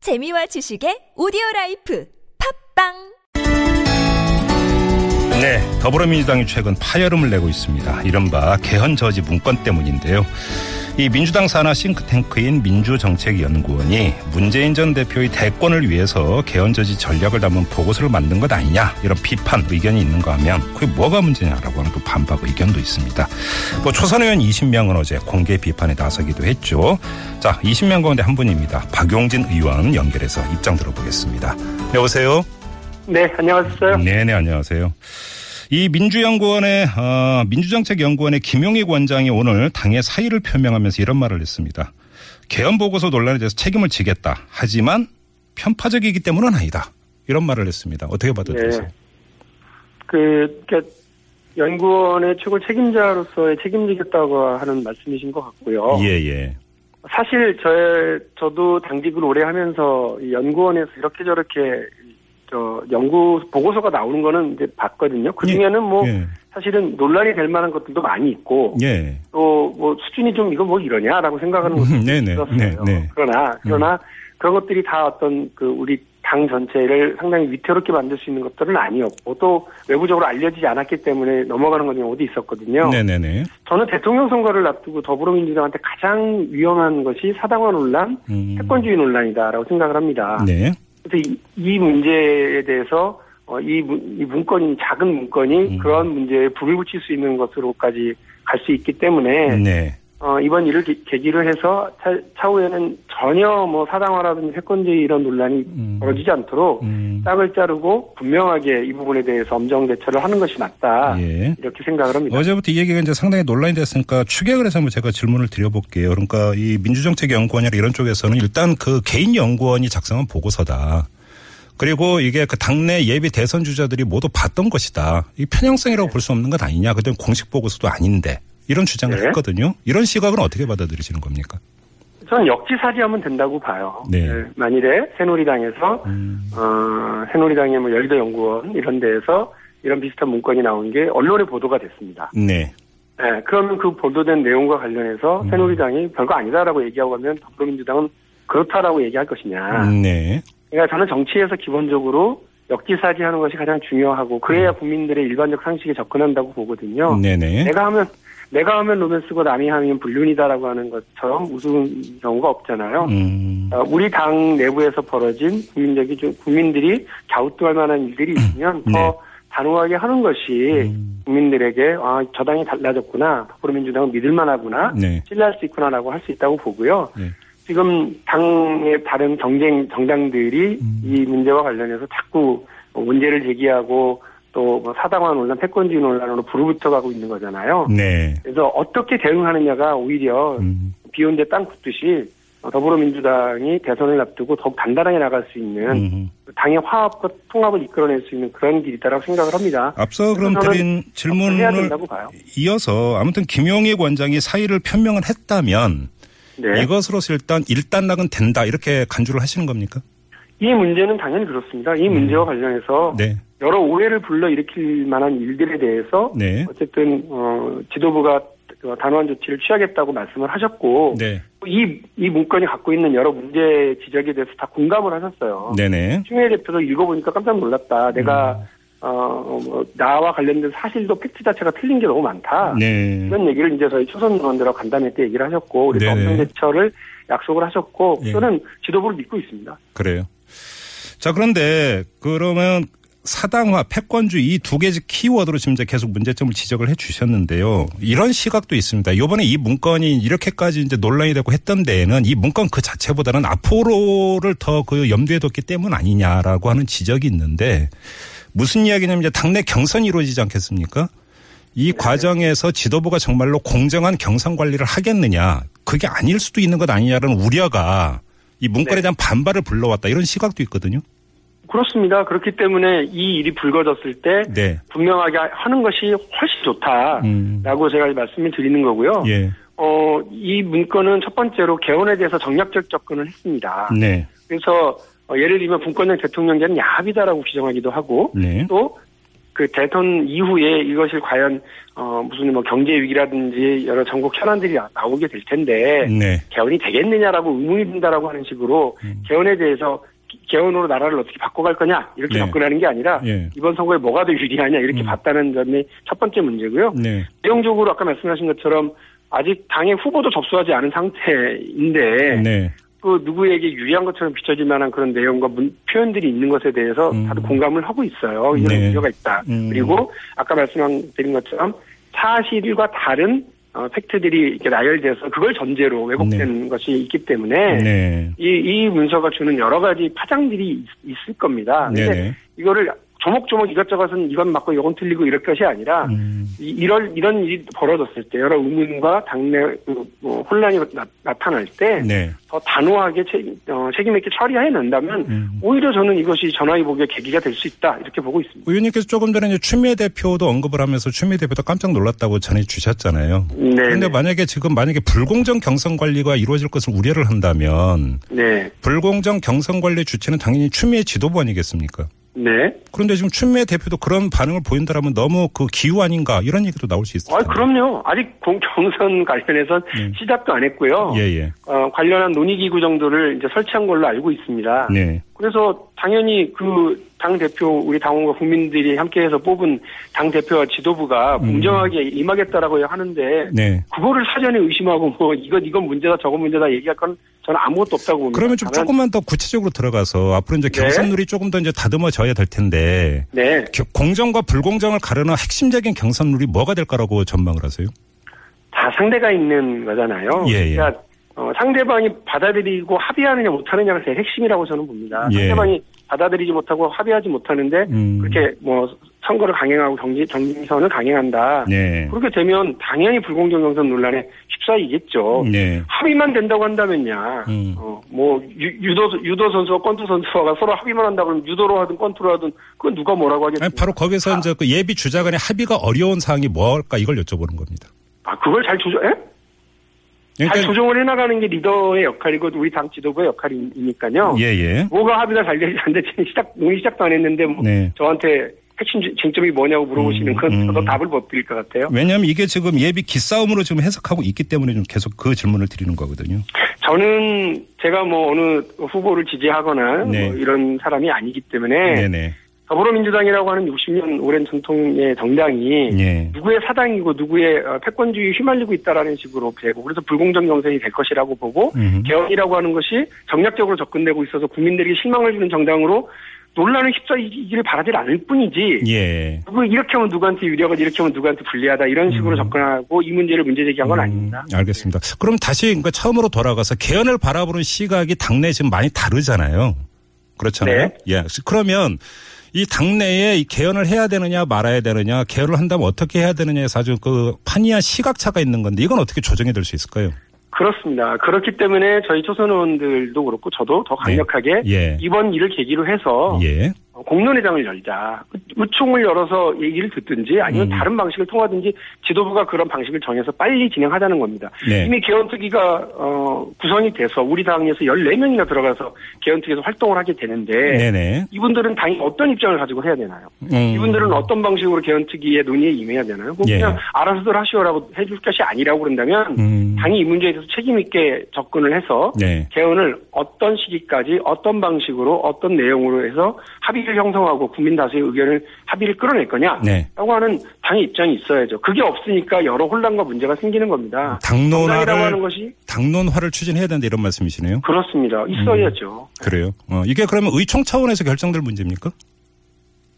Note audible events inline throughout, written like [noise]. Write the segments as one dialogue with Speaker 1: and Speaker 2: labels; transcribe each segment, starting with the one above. Speaker 1: 재미와 지식의 오디오 라이프 팝빵
Speaker 2: 네, 더불어민주당이 최근 파열음을 내고 있습니다. 이른바 개헌 저지 문건 때문인데요. 이 민주당 산하 싱크탱크인 민주정책연구원이 문재인 전 대표의 대권을 위해서 개헌 저지 전략을 담은 보고서를 만든 것 아니냐 이런 비판 의견이 있는가 하면 그게 뭐가 문제냐라고 하는 또 반박 의견도 있습니다. 뭐 초선 의원 20명은 어제 공개 비판에 나서기도 했죠. 자, 20명 가운데 한 분입니다. 박용진 의원 연결해서 입장 들어보겠습니다. 여보세요.
Speaker 3: 네, 안녕하세요.
Speaker 2: 네네 안녕하세요. 이 민주연구원의 어, 민주정책연구원의 김용익 원장이 오늘 당의 사의를 표명하면서 이런 말을 했습니다. 개헌 보고서 논란에 대해서 책임을 지겠다. 하지만 편파적이기 때문은 아니다. 이런 말을 했습니다. 어떻게 받아들이세요?
Speaker 3: 네. 그, 그러니까 연구원의 최고 책임자로서의 책임지겠다고 하는 말씀이신 것 같고요.
Speaker 2: 예, 예.
Speaker 3: 사실 저의 저도 당직을 오래 하면서 이 연구원에서 이렇게 저렇게 저 연구 보고서가 나오는 거는 이제 봤거든요. 그 중에는 뭐
Speaker 2: 예.
Speaker 3: 사실은 논란이 될 만한 것들도 많이 있고
Speaker 2: 예.
Speaker 3: 또 뭐 수준이 좀 이거 뭐 이러냐라고 생각하는 것도
Speaker 2: 네네. 네,
Speaker 3: 들었어요.
Speaker 2: 네.
Speaker 3: 그러나 그러나 그런 것들이 다 어떤 그 우리 당 전체를 상당히 위태롭게 만들 수 있는 것들은 아니었고 또 외부적으로 알려지지 않았기 때문에 넘어가는 건 경우도 있었거든요.
Speaker 2: 네네네.
Speaker 3: 저는 대통령 선거를 앞두고 더불어민주당한테 가장 위험한 것이 사당화 논란,
Speaker 2: 음.
Speaker 3: 패권주의 논란이다라고 생각을 합니다.
Speaker 2: 네.
Speaker 3: 그래서 이, 이 문제에 대해서 어, 이, 문- 이 문건이 작은 문건이
Speaker 2: 음.
Speaker 3: 그런 문제에 불을 붙일 수 있는 것으로까지 갈 수 있기 때문에
Speaker 2: 네.
Speaker 3: 어, 이번 일을 기- 계기로 해서 차, 차후에는 전혀 뭐 사당화라든지 패권주의 이런 논란이
Speaker 2: 음.
Speaker 3: 벌어지지 않도록
Speaker 2: 음.
Speaker 3: 짝을 자르고 분명하게 이 부분에 대해서 엄정 대처를 하는 것이 맞다.
Speaker 2: 예.
Speaker 3: 이렇게 생각을 합니다.
Speaker 2: 어제부터 이 얘기가 이제 상당히 논란이 됐으니까 추격을 해서 한번 제가 질문을 드려볼게요. 그러니까 이 민주정책연구원이나 이런 쪽에서는 일단 그 개인 연구원이 작성한 보고서다. 그리고 이게 그 당내 예비 대선 주자들이 모두 봤던 것이다. 이
Speaker 3: 네.
Speaker 2: 편향성이라고 볼 수 없는 것 아니냐. 그땐 공식 보고서도 아닌데. 이런 주장을
Speaker 3: 네.
Speaker 2: 했거든요. 이런 시각은 어떻게 받아들이시는 겁니까?
Speaker 3: 전 역지사지하면 된다고 봐요.
Speaker 2: 네.
Speaker 3: 예, 만일에 새누리당에서 어, 새누리당의 뭐 여의도 연구원 이런 데에서 이런 비슷한 문건이 나온 게 언론에 보도가 됐습니다.
Speaker 2: 네.
Speaker 3: 예, 그러면 그 보도된 내용과 관련해서
Speaker 2: 음.
Speaker 3: 새누리당이 별거 아니다라고 얘기하고 하면 더불어민주당은 그렇다라고 얘기할 것이냐.
Speaker 2: 네.
Speaker 3: 그러니까 저는 정치에서 기본적으로 역지사지하는 것이 가장 중요하고 그래야 국민들의 일반적 상식에 접근한다고 보거든요.
Speaker 2: 음. 네네.
Speaker 3: 내가 하면 내가 하면 로맨스고 남이 하면 불륜이다라고 하는 것처럼 우스운 경우가 없잖아요.
Speaker 2: 음.
Speaker 3: 어, 우리 당 내부에서 벌어진 국민적인 좀 국민들이 갸우뚱할 만한 일들이 있으면 더
Speaker 2: 네. 음.
Speaker 3: 단호하게 하는 것이 국민들에게 아, 저 당이 달라졌구나. 더불어민주당은 믿을 만하구나.
Speaker 2: 네.
Speaker 3: 신뢰할 수 있구나라고 할 수 있다고 보고요.
Speaker 2: 네.
Speaker 3: 지금 당의 다른 경쟁 정당들이
Speaker 2: 음.
Speaker 3: 이 문제와 관련해서 자꾸 뭐 문제를 제기하고 또뭐 사당화 논란, 패권주의 논란으로 부르붙어가고 있는 거잖아요.
Speaker 2: 네.
Speaker 3: 그래서 어떻게 대응하느냐가 오히려
Speaker 2: 음.
Speaker 3: 비온 데 땅 굳듯이 더불어민주당이 대선을 앞두고 더욱 단단하게 나갈 수 있는 그
Speaker 2: 음.
Speaker 3: 당의 화합과 통합을 이끌어낼 수 있는 그런 길이다라고 생각을 합니다.
Speaker 2: 앞서 그럼
Speaker 3: 저는
Speaker 2: 드린
Speaker 3: 어, 해야
Speaker 2: 아, 질문을
Speaker 3: 된다고 봐요.
Speaker 2: 이어서 아무튼 김용익 원장이 사의를 표명을 했다면
Speaker 3: 네.
Speaker 2: 이것으로서 일단 일단락은 된다 이렇게 간주를 하시는 겁니까?
Speaker 3: 이 문제는 당연히 그렇습니다. 이 문제와 관련해서
Speaker 2: 네,
Speaker 3: 여러 오해를 불러일으킬 만한 일들에 대해서
Speaker 2: 네,
Speaker 3: 어쨌든 어, 지도부가 단호한 조치를 취하겠다고 말씀을 하셨고
Speaker 2: 네,
Speaker 3: 이, 이 문건이 갖고 있는 여러 문제 지적에 대해서 다 공감을 하셨어요.
Speaker 2: 네네, 음.
Speaker 3: 추미애 대표도 읽어보니까 깜짝 놀랐다. 내가 어, 뭐, 나와 관련된 사실도 팩트 자체가 틀린 게 너무 많다.
Speaker 2: 네,
Speaker 3: 이런 얘기를 이제 저희 초선 의원들하고 간담회 때 얘기를 하셨고 우리
Speaker 2: 네네.
Speaker 3: 정상 대처를 약속을 하셨고
Speaker 2: 예.
Speaker 3: 저는 지도부를 믿고 있습니다.
Speaker 2: 그래요. 자 그런데 그러면 사당화, 패권주의 이 두 개의 키워드로 지금 이제 계속 문제점을 지적을 해주셨는데요. 이런 시각도 있습니다. 이번에 이 문건이 이렇게까지 이제 논란이 되고 했던 데에는 이 문건 그 자체보다는 앞으로를 더 그 염두에 뒀기 때문 아니냐라고 하는 지적이 있는데 무슨 이야기냐면 이제 당내 경선이 이루어지지 않겠습니까? 이 과정에서 지도부가 정말로 공정한 경선 관리를 하겠느냐 그게 아닐 수도 있는 것 아니냐라는 우려가 이 문건에
Speaker 3: 네.
Speaker 2: 대한 반발을 불러왔다 이런 시각도 있거든요.
Speaker 3: 그렇습니다. 그렇기 때문에 이 일이 불거졌을 때
Speaker 2: 네.
Speaker 3: 분명하게 하는 것이 훨씬
Speaker 2: 음.
Speaker 3: 좋다라고 제가 말씀을 드리는 거고요.
Speaker 2: 예.
Speaker 3: 어, 이 문건은 첫 번째로 개헌에 대해서 정략적 접근을 했습니다.
Speaker 2: 네.
Speaker 3: 그래서 어, 예를 들면 분권형 대통령제는 야합이다라고 규정하기도 하고
Speaker 2: 네.
Speaker 3: 또 그 대선 이후에 이것이 과연 어 무슨 뭐 경제 위기라든지 여러 전국 현안들이 나- 나오게 될 텐데
Speaker 2: 네.
Speaker 3: 개헌이 되겠느냐라고 의문이 든다라고 하는 식으로
Speaker 2: 음.
Speaker 3: 개헌에 대해서 기- 개헌으로 나라를 어떻게 바꿔갈 거냐 이렇게
Speaker 2: 예.
Speaker 3: 접근하는 게 아니라
Speaker 2: 예. 음.
Speaker 3: 이번 선거에 뭐가 더 유리하냐 이렇게 봤다는 점이 첫 번째 문제고요.
Speaker 2: 네.
Speaker 3: 내용적으로 아까 말씀하신 것처럼 아직 당의 후보도 접수하지 않은 상태인데
Speaker 2: 네.
Speaker 3: 그 누구에게 유리한 것처럼 비춰질 만한 그런 내용과 문- 표현들이 있는 것에 대해서
Speaker 2: 음.
Speaker 3: 다들 공감을 하고 있어요. 이런
Speaker 2: 네.
Speaker 3: 우려가 있다.
Speaker 2: 음.
Speaker 3: 그리고 아까 말씀드린 것처럼 사실과 다른 어, 팩트들이 이렇게 나열돼서 그걸 전제로 왜곡된 것이 있기 때문에
Speaker 2: 네.
Speaker 3: 이, 이 문서가 주는 여러 가지 파장들이 있, 을 겁니다. 근데
Speaker 2: 네네.
Speaker 3: 이거를 조목조목 이것저것은 이건 맞고 이건 틀리고 이럴 것이 아니라
Speaker 2: 음.
Speaker 3: 이- 이런 이런 일이 벌어졌을 때 여러 의문과 당내 그, 뭐, 혼란이 나, 타날 때 더
Speaker 2: 네.
Speaker 3: 단호하게 책임, 어, 책임 있게 처리해 낸다면
Speaker 2: 음.
Speaker 3: 오히려 저는 이것이 전화위복의 계기가 될 수 있다 이렇게 보고 있습니다.
Speaker 2: 의원님께서 조금 전에 이제 추미애 대표도 언급을 하면서 추미애 대표도 깜짝 놀랐다고 전해 주셨잖아요.
Speaker 3: 네,
Speaker 2: 그런데
Speaker 3: 네,
Speaker 2: 만약에 지금 만약에 불공정 경선 관리가 이루어질 것을 우려를 한다면
Speaker 3: 네,
Speaker 2: 불공정 경선 관리 주체는 당연히 추미애 지도부 아니겠습니까?
Speaker 3: 네.
Speaker 2: 그런데 지금 추미애 대표도 그런 반응을 보인다라면 너무 그 기우 아닌가 이런 얘기도 나올 수 있어요.
Speaker 3: 아, 그럼요. 아직 공- 경선 [laughs] 관련해서
Speaker 2: 네.
Speaker 3: 시작도 안 했고요.
Speaker 2: 예, 예.
Speaker 3: 어, 관련한 논의기구 정도를 이제 설치한 걸로 알고 있습니다.
Speaker 2: 네.
Speaker 3: 그래서 당연히 그 당 대표 우리 당원과 국민들이 함께해서 뽑은 당 대표와 지도부가 공정하게 임하겠다라고 하는데
Speaker 2: 음. 네.
Speaker 3: 그거를 사전에 의심하고 뭐 이건 이건 문제다 저건 문제다 얘기할 건 저는 아무것도 없다고 봅니다.
Speaker 2: 그러면 좀
Speaker 3: 다만-
Speaker 2: 조금만 더 구체적으로 들어가서 앞으로 이제
Speaker 3: 네.
Speaker 2: 경선룰이 조금 더 이제 다듬어져야 될 텐데
Speaker 3: 네
Speaker 2: 겨- 공정과 불공정을 가르는 핵심적인 경선룰이 뭐가 될까라고 전망을 하세요?
Speaker 3: 다 상대가 있는 거잖아요.
Speaker 2: 예, 예.
Speaker 3: 그러니까 어, 상대방이 받아들이고 합의하느냐 못하느냐가 제일 핵심이라고 저는 봅니다.
Speaker 2: 예.
Speaker 3: 상대방이 받아들이지 못하고 합의하지 못하는데
Speaker 2: 음.
Speaker 3: 그렇게 뭐 선거를 강행하고 경기 정선을 강행한다.
Speaker 2: 네.
Speaker 3: 그렇게 되면 당연히 불공정 경선 논란에 휩싸이겠죠.
Speaker 2: 네.
Speaker 3: 합의만 된다고 한다면야,
Speaker 2: 음.
Speaker 3: 어, 뭐 유, 도 유도 선수와 권투 선수가 서로 합의만 한다고 하면 유도로 하든 권투로 하든 그건 누가 뭐라고 하겠습니까?
Speaker 2: 아니, 바로 거기서 이제 그 예비 주자 간의 합의가 어려운 사항이 뭘까 이걸 여쭤보는 겁니다.
Speaker 3: 아 그걸 잘 조정, 예? 잘
Speaker 2: 그러니까
Speaker 3: 아, 조정을 해나가는 게 리더의 역할이고 우리 당 지도부의 역할이니까요.
Speaker 2: 예, 예.
Speaker 3: 뭐가 합의가 잘 되지 않는데 지금 시작 논의 시작도 안 했는데 뭐
Speaker 2: 네.
Speaker 3: 저한테 핵심 쟁- 쟁점이 뭐냐고 물어보시는 건
Speaker 2: 음,
Speaker 3: 저도
Speaker 2: 음.
Speaker 3: 답을 못 드릴 것 같아요.
Speaker 2: 왜냐하면 이게 지금 예비 기싸움으로 지금 해석하고 있기 때문에 좀 계속 그 질문을 드리는 거거든요.
Speaker 3: 저는 제가 뭐 어느 후보를 지지하거나
Speaker 2: 네.
Speaker 3: 뭐 이런 사람이 아니기 때문에
Speaker 2: 네네.
Speaker 3: 더불어민주당이라고 하는 60년 오랜 전통의 정당이
Speaker 2: 예.
Speaker 3: 누구의 사당이고 누구의 어, 패권주의 에 휘말리고 있다라는 식으로 되고 그래서 불공정 경선이 될 것이라고 보고
Speaker 2: 음흠.
Speaker 3: 개헌이라고 하는 것이 정략적으로 접근되고 있어서 국민들에게 실망을 주는 정당으로 논란을 휩싸이기를 바라지 않을 뿐이지
Speaker 2: 예.
Speaker 3: 누구 이렇게 하면 누구한테 유리하고 이렇게 하면 누구한테 불리하다 이런 식으로 접근하고 이 문제를 문제 제기한 건 아닙니다.
Speaker 2: 음, 알겠습니다. 그럼 다시 그러니까 처음으로 돌아가서 개헌을 바라보는 시각이 당내 지금 많이 다르잖아요. 그렇잖아요.
Speaker 3: 네.
Speaker 2: 예. 그러면 이 당내에 이 개헌을 해야 되느냐 말아야 되느냐 개헌을 한다면 어떻게 해야 되느냐에서 아주 그 판이한 시각차가 있는 건데 이건 어떻게 조정이 될 수 있을까요?
Speaker 3: 그렇습니다. 그렇기 때문에 저희 초선 의원들도 그렇고 저도 더 강력하게
Speaker 2: 네. 예.
Speaker 3: 이번 일을 계기로 해서
Speaker 2: 예.
Speaker 3: 어, 공론회장을 열자. 의총을 열어서 얘기를 듣든지 아니면
Speaker 2: 음.
Speaker 3: 다른 방식을 통하든지 지도부가 그런 방식을 정해서 빨리 진행하자는 겁니다.
Speaker 2: 네.
Speaker 3: 이미 개헌특위가 어, 구성이 돼서 우리 당에서 14명이나 들어가서 개헌특위에서 활동을 하게 되는데
Speaker 2: 네네.
Speaker 3: 이분들은 당이 어떤 입장을 가지고 해야 되나요?
Speaker 2: 음.
Speaker 3: 이분들은 어떤 방식으로 개헌특위의 논의에 임해야 되나요? 그거
Speaker 2: 예.
Speaker 3: 그냥 알아서들 하시오라고 해줄 것이 아니라고 그런다면
Speaker 2: 음.
Speaker 3: 당이 이 문제에 대해서 책임있게 접근을 해서
Speaker 2: 네.
Speaker 3: 개헌을 어떤 시기까지 어떤 방식으로 어떤 내용으로 해서 합의를 형성하고 국민 다수의 의견을 합의를 끌어낼 거냐
Speaker 2: 네.
Speaker 3: 라고 하는 당의 입장이 있어야죠. 그게 없으니까 여러 혼란과 문제가 생기는 겁니다. 정당이라고 하는
Speaker 2: 당론화를
Speaker 3: 것이
Speaker 2: 당론화를 추진해야 된다 이런 말씀이시네요.
Speaker 3: 그렇습니다. 있어야죠.
Speaker 2: 그래요. 어, 이게 그러면 의총 차원에서 결정될 문제입니까?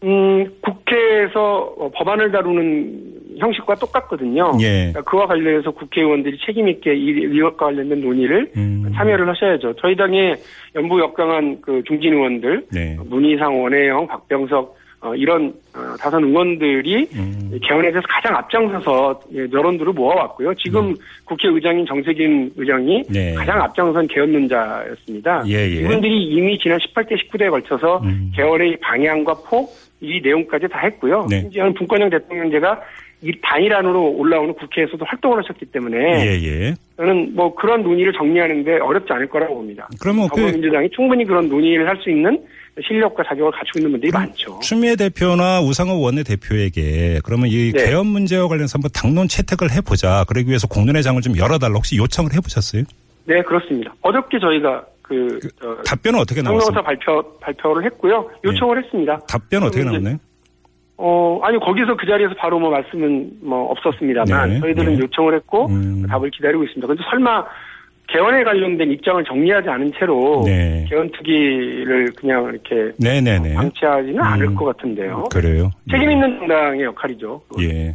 Speaker 3: 음, 국회에서 어, 법안을 다루는 형식과 똑같거든요.
Speaker 2: 예.
Speaker 3: 그러니까 그와 관련해서 국회의원들이 책임있게 이 의혹과 관련된 논의를
Speaker 2: 음.
Speaker 3: 참여를 하셔야죠. 저희 당의 연부 역강한 그 중진 의원들,
Speaker 2: 네.
Speaker 3: 문희상 원혜영, 박병석 어, 이런 어, 다선 의원들이
Speaker 2: 음.
Speaker 3: 개헌에 대해서 가장 앞장서서 예, 여론들을 모아왔고요. 지금 국회의장인 정세균 의장이
Speaker 2: 음. 네.
Speaker 3: 가장 앞장선 개헌론자였습니다.
Speaker 2: 예, 예.
Speaker 3: 이분들이 이미 지난 18대 19대에 걸쳐서
Speaker 2: 음.
Speaker 3: 개헌의 방향과 폭, 이 내용까지 다 했고요.
Speaker 2: 네.
Speaker 3: 심지어는 분권형 대통령제가 이 반이란으로 올라오는 국회에서도 활동을 하셨기 때문에
Speaker 2: 예, 예.
Speaker 3: 저는 뭐 그런 논의를 정리하는데 어렵지 않을 거라고 봅니다.
Speaker 2: 그러면 그
Speaker 3: 더불어민주당이 충분히 그런 논의를 할 수 있는 실력과 자격을 갖추고 있는 분들이 많죠.
Speaker 2: 추미애 대표나 우상호 원내대표에게 그러면 이
Speaker 3: 네.
Speaker 2: 개헌 문제와 관련해서 한번 당론 채택을 해보자. 그러기 위해서 공론의 장을 좀 열어달라. 혹시 요청을 해보셨어요?
Speaker 3: 네, 그렇습니다. 어저께 저희가 그, 저,
Speaker 2: 답변은 어떻게 예.
Speaker 3: 상명서
Speaker 2: 나왔습니까?
Speaker 3: 발표 발표를 했고요. 요청을 했습니다.
Speaker 2: 답변은 어떻게
Speaker 3: 그러면 이제
Speaker 2: 나왔나요?
Speaker 3: 어 아니 거기서 그 자리에서 바로 뭐 말씀은 뭐 없었습니다만
Speaker 2: 네,
Speaker 3: 저희들은
Speaker 2: 네.
Speaker 3: 요청을 했고 그
Speaker 2: 음.
Speaker 3: 답을 기다리고 있습니다. 근데 설마 개헌에 관련된 입장을 정리하지 않은 채로
Speaker 2: 네.
Speaker 3: 개헌 투기를 그냥 이렇게
Speaker 2: 네네네.
Speaker 3: 방치하지는 않을
Speaker 2: 음.
Speaker 3: 것 같은데요.
Speaker 2: 그래요.
Speaker 3: 책임
Speaker 2: 예.
Speaker 3: 있는 당의 역할이죠.
Speaker 2: 예.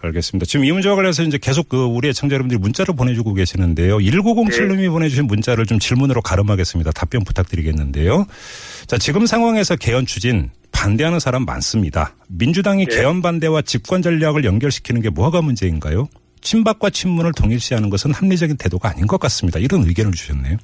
Speaker 2: 알겠습니다. 지금 이 문제와 관련해서 이제 계속 그 우리의 청자 여러분들이 문자를 보내주고 계시는데요. 1907님이
Speaker 3: 네.
Speaker 2: 보내주신 문자를 좀 질문으로 가름하겠습니다. 답변 부탁드리겠는데요. 자, 지금 상황에서 개헌 추진 반대하는 사람 많습니다. 민주당이
Speaker 3: 네.
Speaker 2: 개헌 반대와 집권 전략을 연결시키는 게 뭐가 문제인가요? 친박과 친문을 동일시하는 것은 합리적인 태도가 아닌 것 같습니다. 이런 의견을 주셨네요.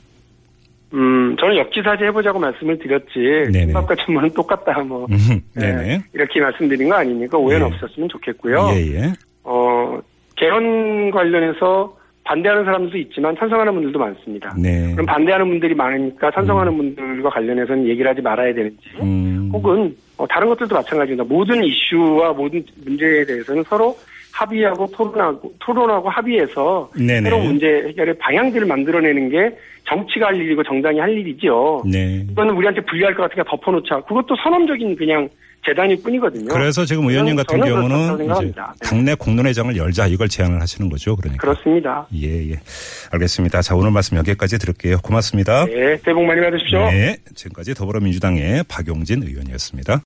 Speaker 3: 음 저는 역지사지 해보자고 말씀을 드렸지
Speaker 2: 네네.
Speaker 3: 친박과 친문은 똑같다 뭐
Speaker 2: 음, 네네.
Speaker 3: 예, 이렇게 말씀드린 거 아니니까 오해는
Speaker 2: 예.
Speaker 3: 없었으면 좋겠고요.
Speaker 2: 예, 예.
Speaker 3: 어, 개헌 관련해서 반대하는 사람도 있지만 찬성하는 분들도 많습니다.
Speaker 2: 네.
Speaker 3: 아, 그럼 반대하는 분들이 많으니까 찬성하는 분들과 관련해서는 얘기를 하지 말아야 되는지,
Speaker 2: 음.
Speaker 3: 혹은 어, 다른 것들도 마찬가지입니다. 모든 이슈와 모든 문제에 대해서는 서로 합의하고 토론하고 토론하고 합의해서
Speaker 2: 네네.
Speaker 3: 새로운 문제 해결의 방향들을 만들어내는 게 정치가 할 일이고 정당이 할 일이지요.
Speaker 2: 네.
Speaker 3: 이거는 우리한테 불리할 것 같으니까 덮어놓자. 그것도 선언적인 그냥 재단일 뿐이거든요.
Speaker 2: 그래서 지금 의원님 같은
Speaker 3: 저는 그렇다고
Speaker 2: 경우는 이제
Speaker 3: 생각합니다. 네.
Speaker 2: 당내 공론회장을 열자 이걸 제안을 하시는 거죠. 그러니까.
Speaker 3: 그렇습니다.
Speaker 2: 예, 예. 알겠습니다. 자, 오늘 말씀 여기까지 들을게요. 고맙습니다.
Speaker 3: 네, 새해 복 많이 받으십시오.
Speaker 2: 네. 지금까지 더불어민주당의 박용진 의원이었습니다.